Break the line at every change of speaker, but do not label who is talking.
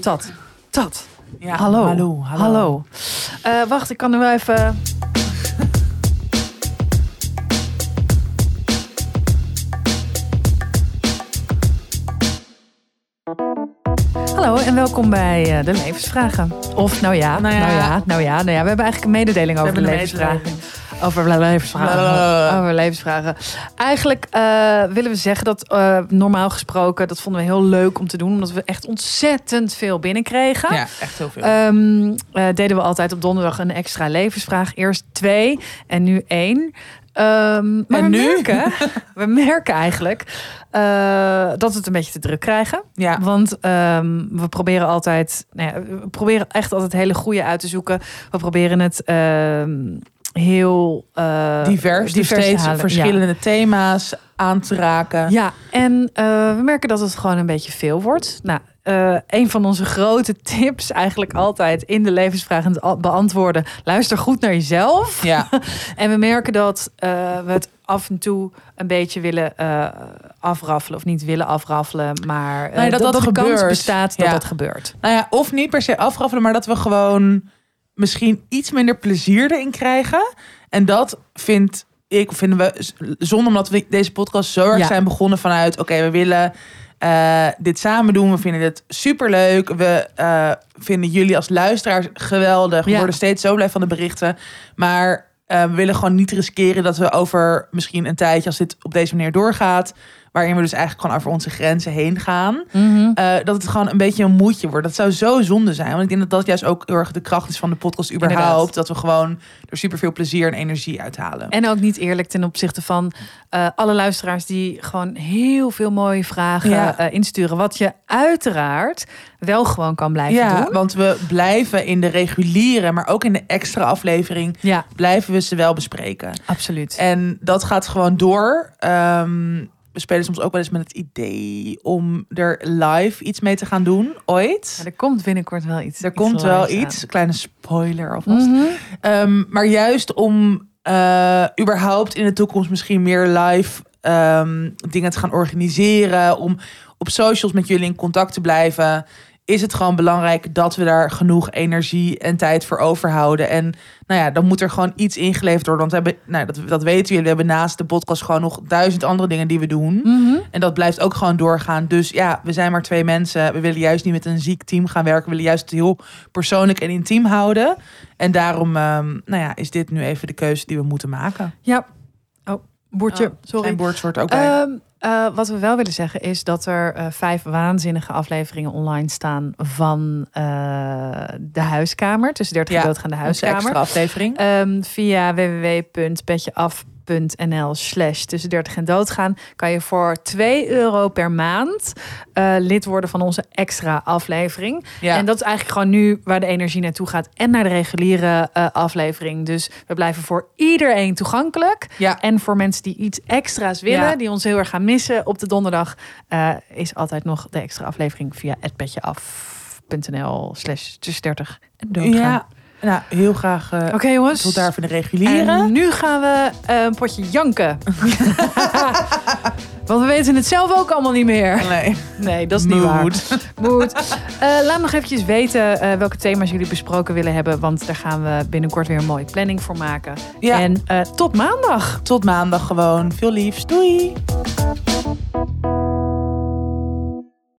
Tat. Tat.
Ja,
hallo.
Hallo. hallo.
Hallo. Eh, wacht, ik kan nu wel even. Hallo en welkom bij eh, de levensvragen. Of nou ja, nou
Nou
ja,
ja.
nou ja, nou ja, We hebben eigenlijk een mededeling over de
hebben een
levensvragen.
mededeling.
Over le- levensvragen.
Blablabla.
Over levensvragen. Eigenlijk eh, willen we zeggen dat eh, normaal gesproken, dat vonden we heel leuk om te doen, omdat we echt ontzettend veel binnenkregen.
Ja, echt heel veel.
Ehm, eh, deden we altijd op donderdag een extra levensvraag. Eerst twee en nu één. Ehm, maar
En
we,
nu?
Merken, we merken eigenlijk eh, dat we het een beetje te druk krijgen.
ja.
Want ehm, we proberen altijd, nou ja, we proberen echt altijd hele goede uit te zoeken. We proberen het ehm, heel eh,
divers, dus
te
steeds
halen. Ja.
verschillende thema's aan te raken.
Ja, en eh, we merken dat het gewoon een beetje veel wordt. Nou, eh, een van onze grote tips eigenlijk altijd in de levensvraag en het al- beantwoorden. Luister goed naar jezelf.
Ja,
En we merken dat eh, we het af en toe een beetje willen eh, afraffelen. Of niet willen afraffelen, maar eh,
Nee, dat
dat,
dat
de kans
gebeurt.
bestaat dat
Ja.
dat gebeurt.
nou ja, of niet per se afraffelen, maar dat we gewoon misschien iets minder plezier erin krijgen. En dat vind ik, of vinden we, z- zonder omdat we deze podcast zo erg
Ja.
zijn begonnen vanuit, oké, we willen eh, dit samen doen, we vinden dit superleuk, we eh, vinden jullie als luisteraars geweldig, we
Ja.
worden steeds zo blij van de berichten, maar eh, we willen gewoon niet riskeren dat we over misschien een tijdje, als dit op deze manier doorgaat, waarin we dus eigenlijk gewoon over onze grenzen heen gaan, eh, dat het gewoon een beetje een moedje wordt. Dat zou zo zonde zijn. Want ik denk dat dat juist ook heel erg de kracht is van de podcast überhaupt.
Inderdaad.
Dat we gewoon er superveel plezier en energie uithalen.
En ook niet eerlijk ten opzichte van eh, alle luisteraars die gewoon heel veel mooie vragen
Ja.
eh, insturen. Wat je uiteraard wel gewoon kan blijven
ja,
doen.
want we blijven in de reguliere, maar ook in de extra aflevering,
Ja,
blijven we ze wel bespreken.
absoluut.
En dat gaat gewoon door. Ehm, we spelen soms ook wel eens met het idee om er live iets mee te gaan doen, ooit.
Maar er komt binnenkort wel iets.
Er
iets
komt wel
lives aan.
iets, kleine spoiler alvast.
Mhm.
Ehm, maar juist om eh, überhaupt in de toekomst misschien meer live ehm, dingen te gaan organiseren. Om op socials met jullie in contact te blijven. Is het gewoon belangrijk dat we daar genoeg energie en tijd voor overhouden. En nou ja, dan moet er gewoon iets ingeleverd worden. Want we hebben, nou, dat, dat weten jullie, we hebben naast de podcast gewoon nog duizend andere dingen die we doen.
Mhm.
En dat blijft ook gewoon doorgaan. Dus ja, we zijn maar twee mensen. We willen juist niet met een ziek team gaan werken. We willen juist het heel persoonlijk en intiem houden. En daarom ehm, nou ja, is dit nu even de keuze die we moeten maken.
Ja. Oh, boertje. sorry.
Zijn boord hoort ook bij.
Ehm, eh, wat we wel willen zeggen is dat er eh, vijf waanzinnige afleveringen online staan van eh, de huiskamer. Tussen 30 en
Ja,
doodgaande
Onze
huiskamer.
extra aflevering.
Ehm, via www.petjeaf.nl slash tussen 30 en doodgaan kan je voor 2 euro per maand eh, lid worden van onze extra aflevering.
ja.
En dat is eigenlijk gewoon nu waar de energie naartoe gaat en naar de reguliere eh, aflevering. Dus we blijven voor iedereen toegankelijk.
ja.
En voor mensen die iets extra's willen,
Ja.
die ons heel erg gaan missen op de donderdag, eh, is altijd nog de extra aflevering via petjeaf.nl slash tussen 30 en doodgaan.
ja. Nou, heel graag eh
Oké jongens.
tot daar van de reguliere.
En nu gaan we eh, een potje janken. Want we weten het zelf ook allemaal niet meer.
Nee,
Nee, dat is niet waar.
Mood.
Moed. Eh, laat nog eventjes weten eh, welke thema's jullie besproken willen hebben. Want daar gaan we binnenkort weer een mooie planning voor maken.
Ja,
En eh, tot maandag.
tot maandag gewoon. Veel liefs. Doei.